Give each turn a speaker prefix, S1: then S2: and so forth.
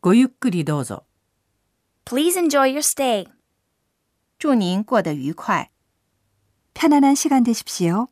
S1: ごゆっくりどうぞ。
S2: Please enjoy your stay.
S3: 祝您过得愉快。
S4: 편안한 시간 되십시오.